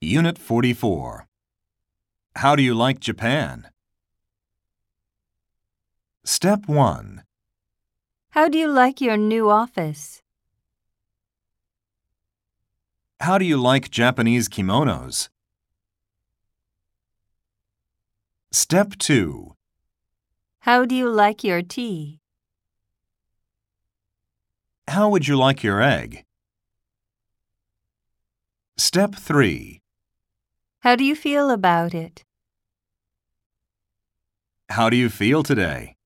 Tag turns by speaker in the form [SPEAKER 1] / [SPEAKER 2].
[SPEAKER 1] Unit 44. How do you like Japan? Step 1.
[SPEAKER 2] How do you like your new office?
[SPEAKER 1] How do you like Japanese kimonos? Step 2.
[SPEAKER 2] How do you like your tea?
[SPEAKER 1] How would you like your egg? Step 3.
[SPEAKER 2] How do you feel about it?
[SPEAKER 1] How do you feel today?